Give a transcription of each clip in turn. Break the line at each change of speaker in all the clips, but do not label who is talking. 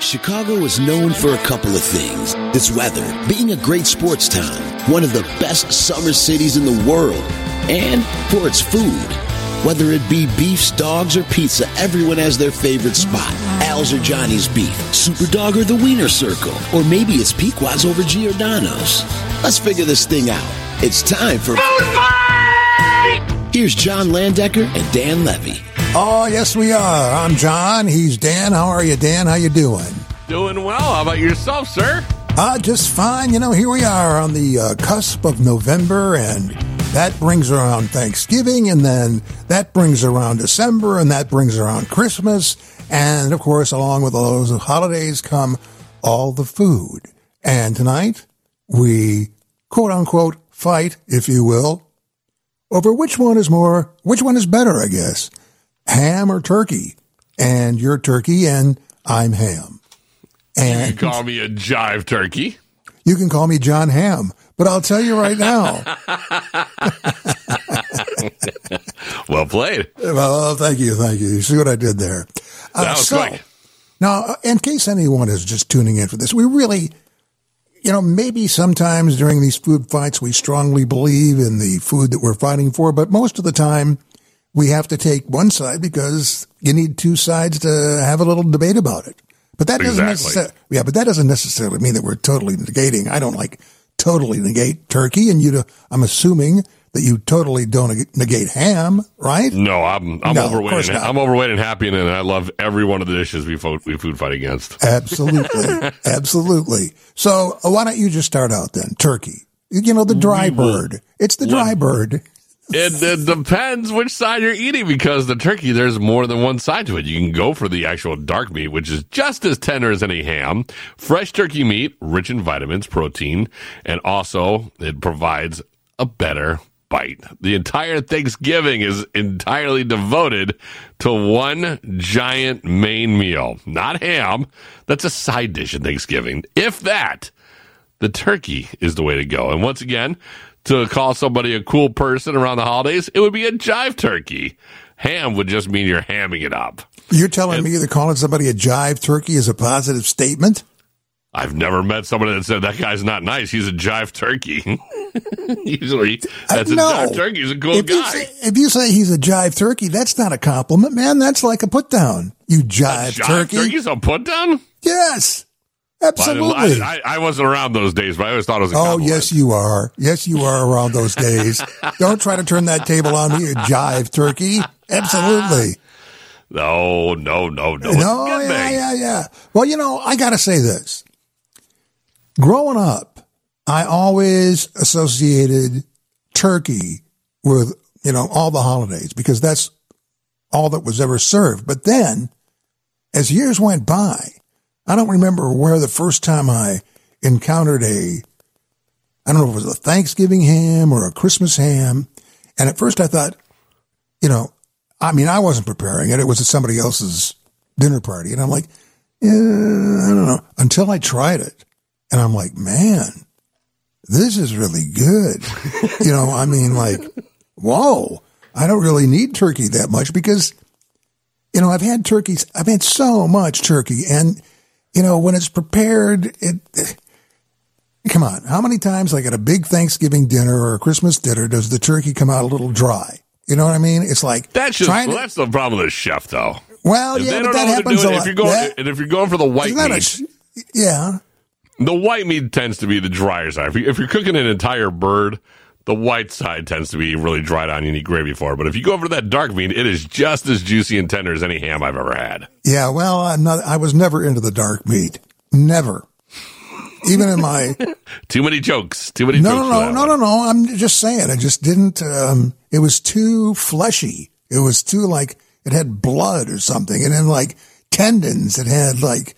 Chicago is known for a couple of things its weather, being a great sports town, one of the best summer cities in the world, and for its food. Whether it be beefs, dogs, or pizza, everyone has their favorite spot. Al's or Johnny's Beef, Super Dog or the Wiener Circle, or maybe it's Pequod's over Giordano's. Let's figure this thing out. It's time for Food Fight! Here's John Landecker and Dan Levy.
Oh, yes, we are. I'm John. He's Dan. How are you, Dan? How you doing?
Doing well. How about yourself, sir?
Uh, just fine. You know, here we are on the uh, cusp of November, and that brings around Thanksgiving, and then that brings around December, and that brings around Christmas. And of course, along with all those holidays come all the food. And tonight, we quote unquote fight, if you will, over which one is more, which one is better, I guess, ham or turkey. And you're turkey, and I'm ham.
You
And
call me a jive turkey.
you can call me John Ham, but I'll tell you right now.
Well played.
well, uh, thank you, thank you. You see what I did there? Uh,
That was quick.
Now, uh, in case anyone is just tuning in for this, we really, you know, maybe sometimes during these food fights, we strongly believe in the food that we're fighting for, but most of the time, we have to take one side because you need two sides to have a little debate about it. But that doesn't
Exactly.
necessarily, yeah, but that doesn't necessarily mean that we're totally negating. I don't like totally negate turkey, and you. do- I'm assuming that you totally don't neg- negate ham, right?
No, I'm I'm
No, of
overweight.
course
And,
not.
I'm overweight and happy, and I love every one of the dishes we food, we food fight against.
Absolutely. Absolutely. So uh, why don't you just start out then? Turkey. You you know, the dry bird. It's the dry bird.
It, it depends which side you're eating because the turkey, there's more than one side to it. You can go for the actual dark meat, which is just as tender as any ham. Fresh turkey meat, rich in vitamins, protein, and also it provides a better bite. The entire Thanksgiving is entirely devoted to one giant main meal, not ham. That's a side dish in Thanksgiving. If that, the turkey is the way to go. And once again, to call somebody a cool person around the holidays, it would be a jive turkey. Ham would just mean you're hamming it up.
You're telling me that calling somebody a jive turkey is a positive statement?
I've never met somebody that said that guy's not nice. He's a jive turkey. Usually,
Uh,
that's a
no.
jive turkey. He's a cool
if
guy.
You say, if you say he's a jive turkey, that's not a compliment, man. That's like a put down. You jive,
jive
turkey.
turkey's a put down.
Yes.
Well, I didn't-
Absolutely.
I, I, I wasn't around those days, but I always thought it was. A
Oh,
compliment.
yes, you are. Yes, you are around those days. Don't try to turn that table on me, you jive turkey. Absolutely.
No, no, no, no. It's a
no,
good
yeah,
thing.
yeah, yeah. Well, you know, I got to say this. Growing up, I always associated turkey with, you know, all the holidays because that's all that was ever served. But then, as years went by, I don't remember where the first time I encountered a, I don't know if it was a Thanksgiving ham or a Christmas ham. And at first I thought, you know, I mean, I wasn't preparing it. It was at somebody else's dinner party. And I'm like, yeah, I don't know. Until I tried it. And I'm like, man, this is really good. you know, I mean, like, whoa, I don't really need turkey that much because, you know, I've had turkeys. I've had so much turkey. And, you know, when it's prepared, it. Come on, how many times, like at a big Thanksgiving dinner or a Christmas dinner, does the turkey come out a little dry? You know what I mean? It's like
That's just
trying to-
that's the problem with the chef, though.
well,
If
yeah,
they
but that
don't know what they're
happens a
doing,
lot.
if you're going,
That-
and if you're going for the white
isn't that a
meat,
sh- yeah,
the white meat tends to be the drier side. If, you, if you're cooking an entire bird, the white side tends to be really dried out. and You need gravy for it. But if you go over to that dark meat, it is just as juicy and tender as any ham I've ever had.
yeah. Well, I'm not, I was never into the dark meat. Never. Even in my no,
Too many jokes. Too many jokes.
no,
for
no,
that
no,
one.
no, no. I'm just saying. I just didn't. Um, it was too fleshy. It was too like it had blood or something, and then like tendons. It had like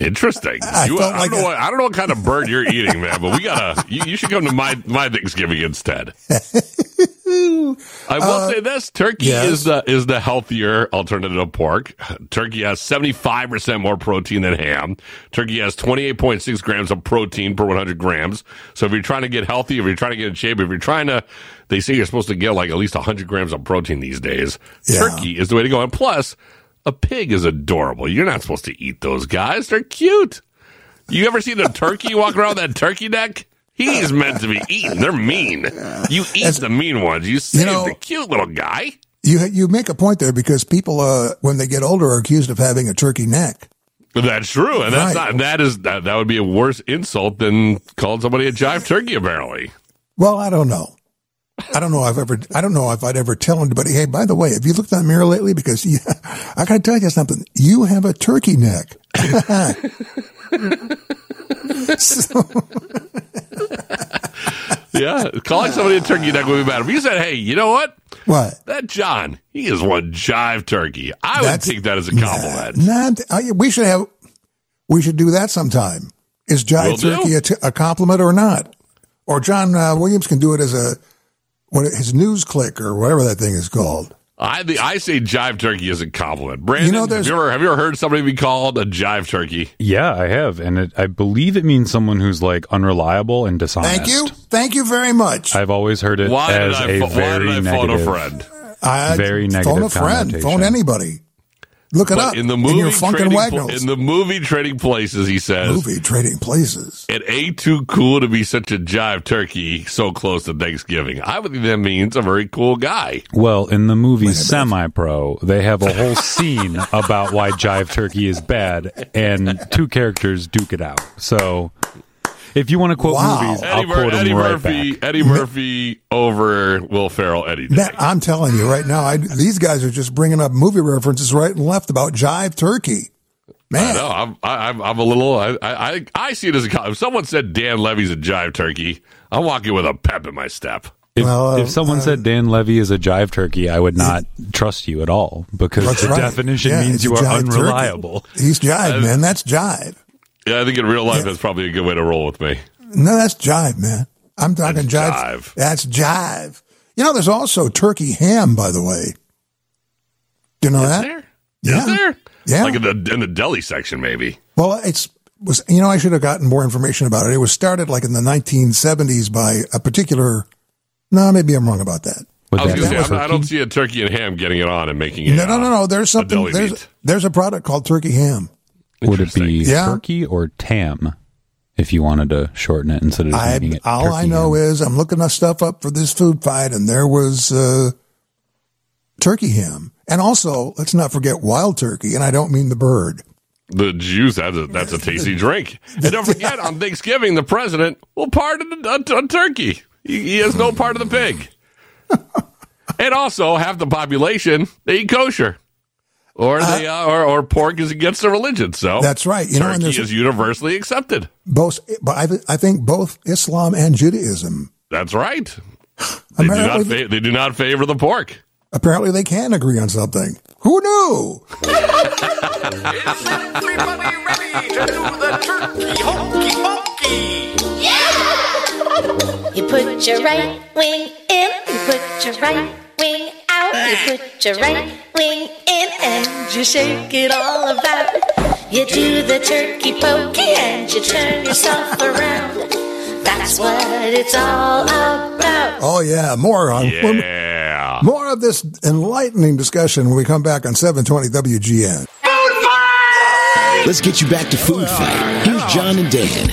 Interesting. You-
felt
I,
like
don't
a-
know what, I don't know what kind of bird you're eating, man. But we gotta. You, you should come to my my Thanksgiving instead. I will say this: turkey
Uh, yes.
is the is the healthier alternative to pork. Turkey has seventy five percent more protein than ham. Turkey has twenty eight point six grams of protein per one hundred grams. So if you're trying to get healthy, if you're trying to get in shape, if you're trying to, they say you're supposed to get like at least hundred grams of protein these days.
Yeah.
Turkey is the way to go. And plus, A pig is adorable. You're not supposed to eat those guys. They're cute. You ever seen a turkey walk around with that turkey neck? He's meant to be eaten. They're mean. You eat the mean ones. You save
know-
the cute little guy.
You you make a point there because people uh, when they get older are accused of having a turkey neck.
That's true, and that's
Right.
not that is that, that would be a worse insult than calling somebody a jive turkey. Apparently,
Well, I don't know. I don't know. I've ever. I don't know if I'd ever tell anybody. Hey, by the way, have you looked in that mirror lately? Because yeah, I got to tell you something. You have a turkey neck.
yeah, calling somebody a turkey neck would be bad. If you said, "Hey, you know what?
What?
That John, he is one jive turkey," I
That's-
would take that as a compliment.
Not. I, we should have. We should do that sometime. Is John
Will do.
Turkey a, t- a compliment or not? Or John uh, Williams can do it as a what his news click or whatever that thing is called.
I the, I say jive turkey is a compliment. Brandon,
know,
have,
there's-
you ever, have you ever heard somebody be called a jive turkey?
Yeah, I have, and it, I believe it means someone who's like unreliable and dishonest.
Thank you. Thank you very much.
I've always heard it
Why did
as
I,
a
pho- why
very
did I phone a
negative.
friend?
I,
very
Phone a
negative
friend. Phone
connotation.
anybody. Look it up
But in the movie,
your fucking
trading, Pla-
Wagnalls.
in the movie Trading Places, he says,
movie Trading Places.
It ain't too cool to be such a jive turkey so close to Thanksgiving. I would think that means a very cool guy.
Well, in the movie Semi Pro, they have a whole scene about why Jive Turkey is bad, and two characters duke it out. So, if you want to quote
Wow.
movies, I'll
Eddie, Mur-
quote
Eddie
them right
Murphy,
back.
Eddie Murphy over Will Ferrell any day.
That, I'm telling you right now, I, these guys are just bringing up movie references right and left about Jive Turkey.
I
Man,
know. I'm, I, I'm, I'm a little. I, I, I- I see it as a. co- If someone said Dan Levy's a jive turkey, I'm walking with a pep in my step.
If,
Well,
if someone
uh,
said Dan Levy is a Jive Turkey, I would not trust you at all because
That's
the
right.
definition
Yeah,
means
it's
you
a
are
jive turkey.
unreliable.
He's jive, man. That's jive.
Yeah, I think in real life that's probably a good way to roll with me.
No, that's jive, man. I'm talking
That's
jive.
jive.
That's jive. You know, there's also turkey ham, by the way. Do you know that?
There,
Yeah.
is there?
Yeah.
like in the in the deli section, maybe.
Well, it's was you know I should have gotten more information about it. It was started like in the 1970s by a particular. No, maybe I'm wrong about that.
Would
I was going
that be
to say, I I
turkey?
don't see a turkey and ham getting it on and making it.
No, no,
uh,
no, no. There's something.
deli
There's
meat.
there's a product called turkey ham.
Would it be
Interesting. Yeah.
turkey or tam? If you wanted to shorten it instead of just
I
making it
all
turkey
I know
ham.
is I'm looking up stuff up for this food fight, and there was uh, turkey ham, and also let's not forget wild turkey, and I don't mean the bird.
The juice, that's a, that's a tasty drink. And don't forget, on Thanksgiving, the president will pardon a, a, a turkey. He, he has no part of the pig. and also, half the population, they eat kosher. Or, they, uh, or, or pork is against the religion.
Oh,
So
Uh-huh. That's right. You know, and
turkey
there's
is universally accepted.
both, but I, I think both Islam and Judaism.
That's right. They do, not
Apparently-
fa- they do not favor the pork.
Apparently, they can agree on something. Who knew?
Is everybody ready to do the turkey honky honky?
You put your right wing in, you put your right wing out, you put your right wing in, and you shake it all about. You do the turkey pokey and you turn yourself around. That's what it's all about.
Oh yeah, more on
Yeah.
more of this enlightening discussion when we come back on 720 WGN.
Let's get you back to Food Fight. Here's John and Dan.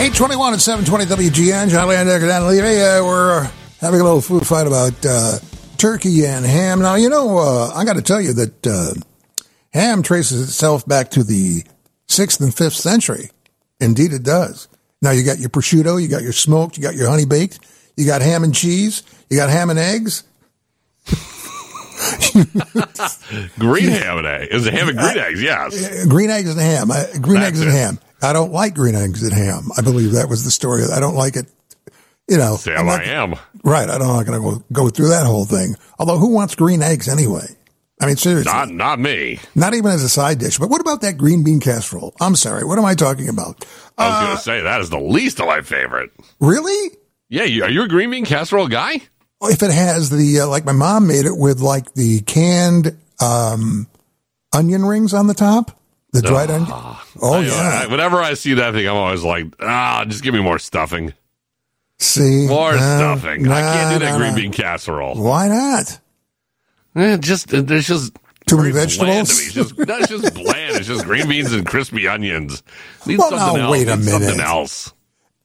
821 and 720 WGN. John Landecker, Dan Levy. Uh, we're having a little food fight about uh, turkey and ham. Now you know uh, I got to tell you that uh, ham traces itself back to the sixth and fifth century. Indeed, it does. Now you got your prosciutto, you got your smoked, you got your honey baked, you got ham and cheese, you got ham and eggs.
Green ham and egg. Is it ham and green eggs? Yes.
Uh, green eggs and ham. I, green
That's
eggs and
it.
ham. I don't like green eggs and ham. I believe that was the story. I don't like it. You know, I'm
Sam,
not-
I am.
Right. I'm not going to go, go through that whole thing. Although, who wants green eggs anyway? I mean, seriously, not,
Not, not me.
even as a side dish. But what about that green bean casserole? I'm sorry. What am I talking about?
I was
Uh,
going to say that is the least of my favorite.
Really?
Yeah, you, are you a green bean casserole guy?
If it has the, uh, like my mom made it with like the canned um, onion rings on the top, the dried onion. Oh,
Ah, I-
yeah.
I- whenever I see that thing, I'm always like, ah, just give me more stuffing,
See?
more
No,
stuffing. I can't do
no, no,
that green
no.
bean casserole.
Why not?
Eh, just there's just
Too many
Very bland to me.
vegetables?
It's just, no, it's just bland. It's just green beans and crispy onions. Need
Well,
something
now,
else.
wait a
Need Something
minute.
else.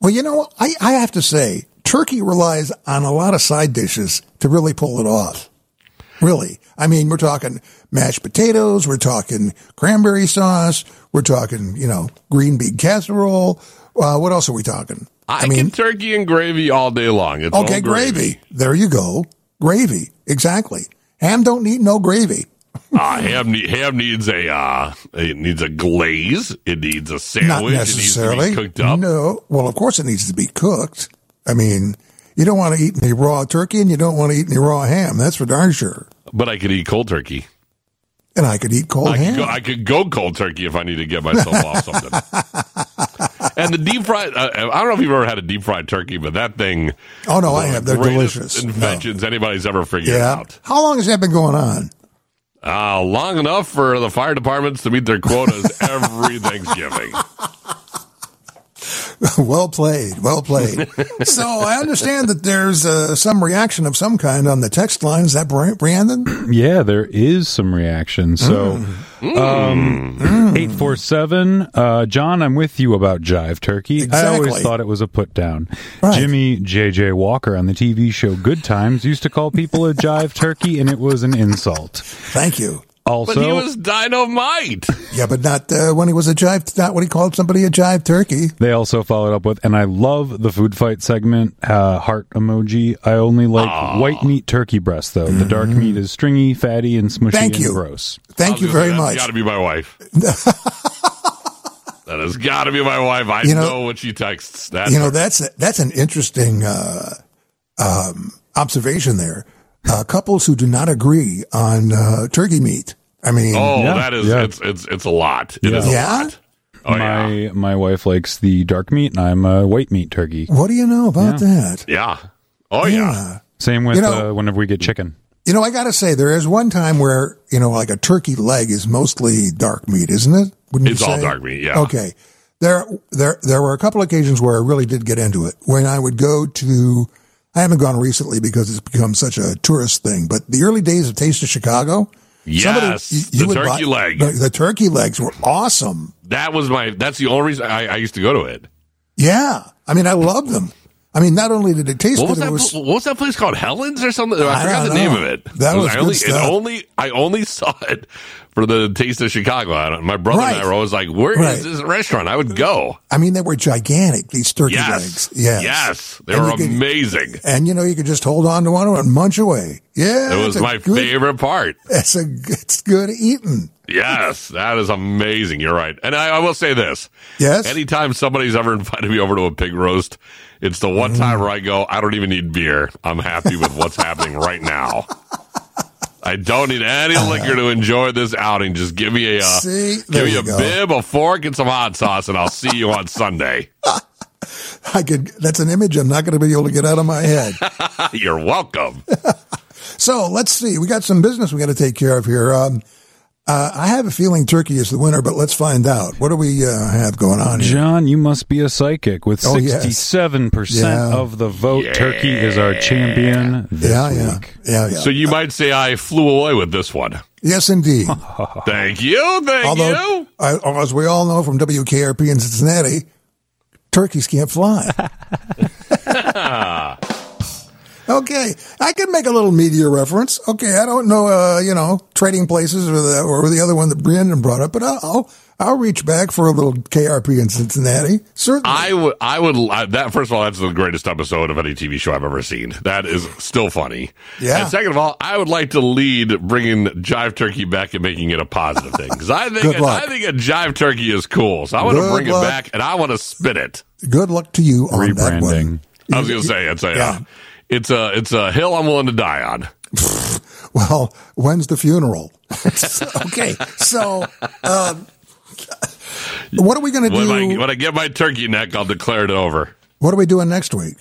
Well, you know, I, I have to say, turkey relies on a lot of side dishes to really pull it off. Really. I mean, we're talking mashed potatoes, we're talking cranberry sauce, we're talking, you know, green bean casserole. Uh, what else are we talking?
I, mean, turkey and gravy all day long. It's
okay,
all
gravy. There you go. Gravy. Exactly. Ham don't need no gravy.
Uh, ham, ne- ham needs a uh, it needs a glaze. It needs a sandwich.
Not
It
necessarily.
needs to be cooked up.
No. Well, of course it needs to be cooked. I mean, you don't want to eat any raw turkey and you don't want to eat any raw ham. That's for darn sure.
But I could eat cold turkey.
And I could eat cold
I
ham.
could, go, I could go cold turkey if I need to get myself off something. And the deep fried, uh, I don't know if you've ever had a deep fried turkey, but that thing.
oh no, I have. They're
greatest
delicious. No.
Inventions anybody's ever figured
Yeah.
out.
How long has that been going on?
Uh, long enough for the fire departments to meet their quotas every Thanksgiving.
well played. Well played. so I understand that there's uh, some reaction of some kind on the text line. Is that Bra- Brandon?
Yeah, there is some reaction. So,
Mm.
Mm.
um, eight four seven. Uh, John, I'm with you about Jive Turkey. I always
Exactly.
thought it was a put down.
Right.
Jimmy JJ Walker on the TV show Good Times used to call people a Jive Turkey, and it was an insult.
Thank you.
But
Also,
he was dynamite.
Yeah, but not uh, when he was a jive. Not when he called somebody a jive turkey.
They also followed up with, and I love the food fight segment, uh, heart emoji. I only like white meat turkey breast, though. The dark meat is stringy, fatty, and smushy
Mm-hmm. Thank
and
you.
gross.
Thank you very much.
Got to be my wife. that has got to be my wife. I
You
know,
know-
what she texts. That
you know that's that's an interesting uh, um, observation there. Uh, couples who do not agree on uh, turkey meat. I mean,
oh,
Yeah,
that is
yeah.
it's it's it's a lot. It is a
Yeah.
Yeah?
lot. Oh
my
yeah,
my wife likes the dark meat, and I'm a white meat turkey.
what do you know about that?
yeah. Oh yeah.
Same with
You know-
uh, whenever we get
Mm.
chicken.
You know, I got to say, there is one time where you know, like a turkey leg is mostly dark meat, isn't it? Wouldn't
It's
you
all
say?
dark meat, yeah.
Okay. There, there, there were a couple occasions where I really did get into it. When I would go to, I haven't gone recently because it's become such a tourist thing. But the early days of Taste of Chicago,
Yes, the
would
turkey
buy-
leg.
The, the turkey legs were awesome.
That was my. That's the only reason I, I used to go to it.
Yeah, I mean, I loved them. I mean, not only did it taste
What
good,
was
it
that?
was
pl- what was that place called? Helen's or something? I,
I
forgot the
don't
name
know.
of it.
That was
I
good
only, it
stuff.
only I only saw it for the Taste of Chicago. I don't- My brother and
Right.
I were always like, "Where is
Right.
this restaurant? I would go."
I mean, they were gigantic. These turkey
Yes,
legs. Yes.
yes, they
And
were
you could-
amazing.
And you know, you could just hold on to one and munch away. Yeah,
It
it's
was
a
my
good-
favorite part.
It's a g- it's good eating.
Yes, that is amazing. You're right. And I, I will say this.
Yes.
Anytime somebody's ever invited me over to a pig roast, it's the one
Mm.
time where I go, I don't even need beer. I'm happy with what's happening right now. I don't need any liquor to enjoy this outing. Just give me a uh,
Uh, See?
give
There
me
you
a
go.
bib, a fork, and some hot sauce, and I'll see you on Sunday.
I could. That's an image I'm not going to be able to get out of my head.
You're welcome.
so let's see. We got some business we got to take care of here. Um, uh, I have a feeling Turkey is the winner, but let's find out. What do we uh, have going on here?
John, you must be a psychic. With
Oh, yes.
sixty-seven percent
Yeah.
of the vote, Turkey is our champion this
Yeah, yeah,
week.
yeah, yeah.
So you might say I flew away with this one.
yes, indeed.
Thank you. Thank
Although,
you.
I, oh, as we all know from WKRP in Cincinnati, turkeys can't fly. okay, I can make a little media reference. Okay, I don't know, uh, you know, trading places or the or the other one that Brandon brought up, but I'll I'll, I'll reach back for a little KRP in Cincinnati. Certainly,
I would, I would, I, that first of all, that's the greatest episode of any TV show I've ever seen. That is still funny.
Yeah.
And second of all, I would like to lead bringing Jive Turkey back and making it a positive thing because I think,
Good luck.
I think a Jive Turkey is cool. So I want to
Good
bring
luck.
it back and I want to spin it.
good luck to you on that
Rebranding.
one.
I was going to say, it's a,
Yeah.
it's a, it's a hill I'm willing to die on.
Well, when's the funeral? okay, so. Um, what are we going to
When I,
do?
when I get my turkey neck, I'll declare it over.
What are we doing next week?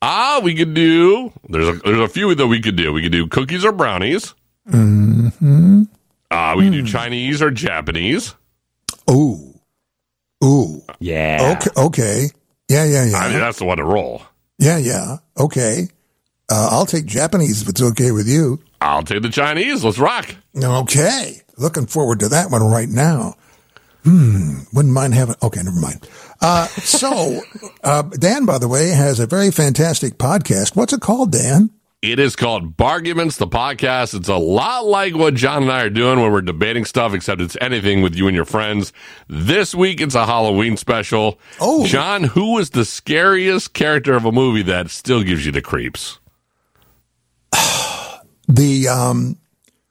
Ah, we could do. There's a there's a few that we could do. We could do cookies or brownies.
Mm-hmm.
Ah, we could do Chinese or Japanese.
Ooh. Ooh.
Yeah.
Okay. Okay. Yeah, yeah, yeah.
I mean, that's the one to roll.
yeah, yeah. Okay. Uh, I'll take Japanese if it's okay with you.
I'll take the Chinese. Let's rock.
Okay. Looking forward to that one right now. Hmm. Wouldn't mind having. Okay, never mind. Uh, so, uh, Dan, by the way, has a very fantastic podcast. What's it called, Dan?
It is called Barguments, the podcast. It's a lot like what John and I are doing when we're debating stuff, except it's anything with you and your friends. This week, it's a Halloween special.
Oh.
John, who was the scariest character of a movie that still gives you the creeps?
The um,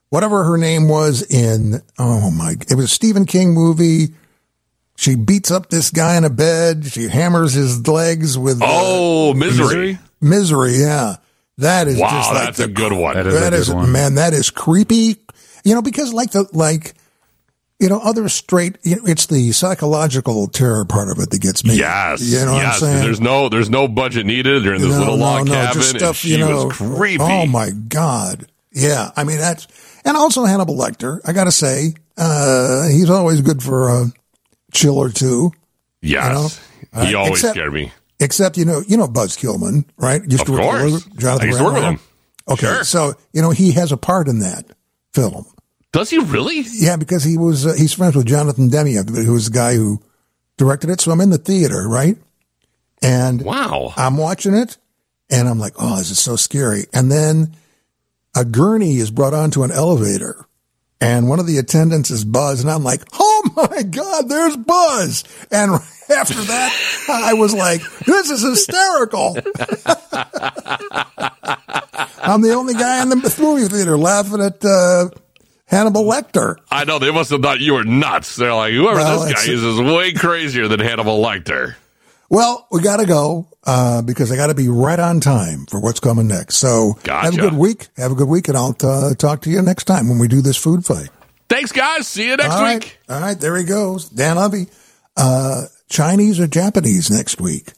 whatever her name was in. Oh my! It was a Stephen King movie. She beats up this guy in a bed. She hammers his legs with uh,
Oh, Misery.
misery. Yeah, that is
Wow,
just like
that's
the
a good one.
That is
That
a good
is
one.
man, that is creepy. You know, because like the like, you know, other straight. You know, it's the psychological terror part of it that gets me.
Yes.
you know
yes.
what I'm saying.
There's no there's no budget needed. They're in this
No,
little
no,
log
no, just
cabin. and she was creepy.
Oh my god. Yeah, I mean that's and also Hannibal Lecter. I gotta say, uh, he's always good for a chill or two.
Yes.
you know,
he
uh,
always
except-
scared me.
Except you know, you know Buzz Killman, right? Used
Of course.
Jonathan
I used to work with
Ratner.
him.
Okay,
Sure.
so you know he has a part in that film.
Does he really?
Yeah, because he was uh, he's friends with Jonathan Demme, who was the guy who directed it. So I'm in the theater, right? And
Wow.
I'm watching it, and I'm like, oh, this is so scary. And then a gurney is brought onto an elevator, and one of the attendants is Buzz, and I'm like, oh my god, there's Buzz. And after that, I was like, this is hysterical. I'm the only guy in the movie theater laughing at uh, Hannibal Lecter.
I know they must have thought you were nuts. They're like, whoever
Well,
this guy
it's-
is is way crazier than Hannibal Lecter.
Well, we got to go uh, because I got to be right on time for what's coming next. So have a
Gotcha.
good week. Have a good week, and I'll uh, talk to you next time when we do this food fight.
Thanks, guys. See you next
All right,
week.
all right. There he goes, Dan Levy. Uh, Chinese or Japanese next week?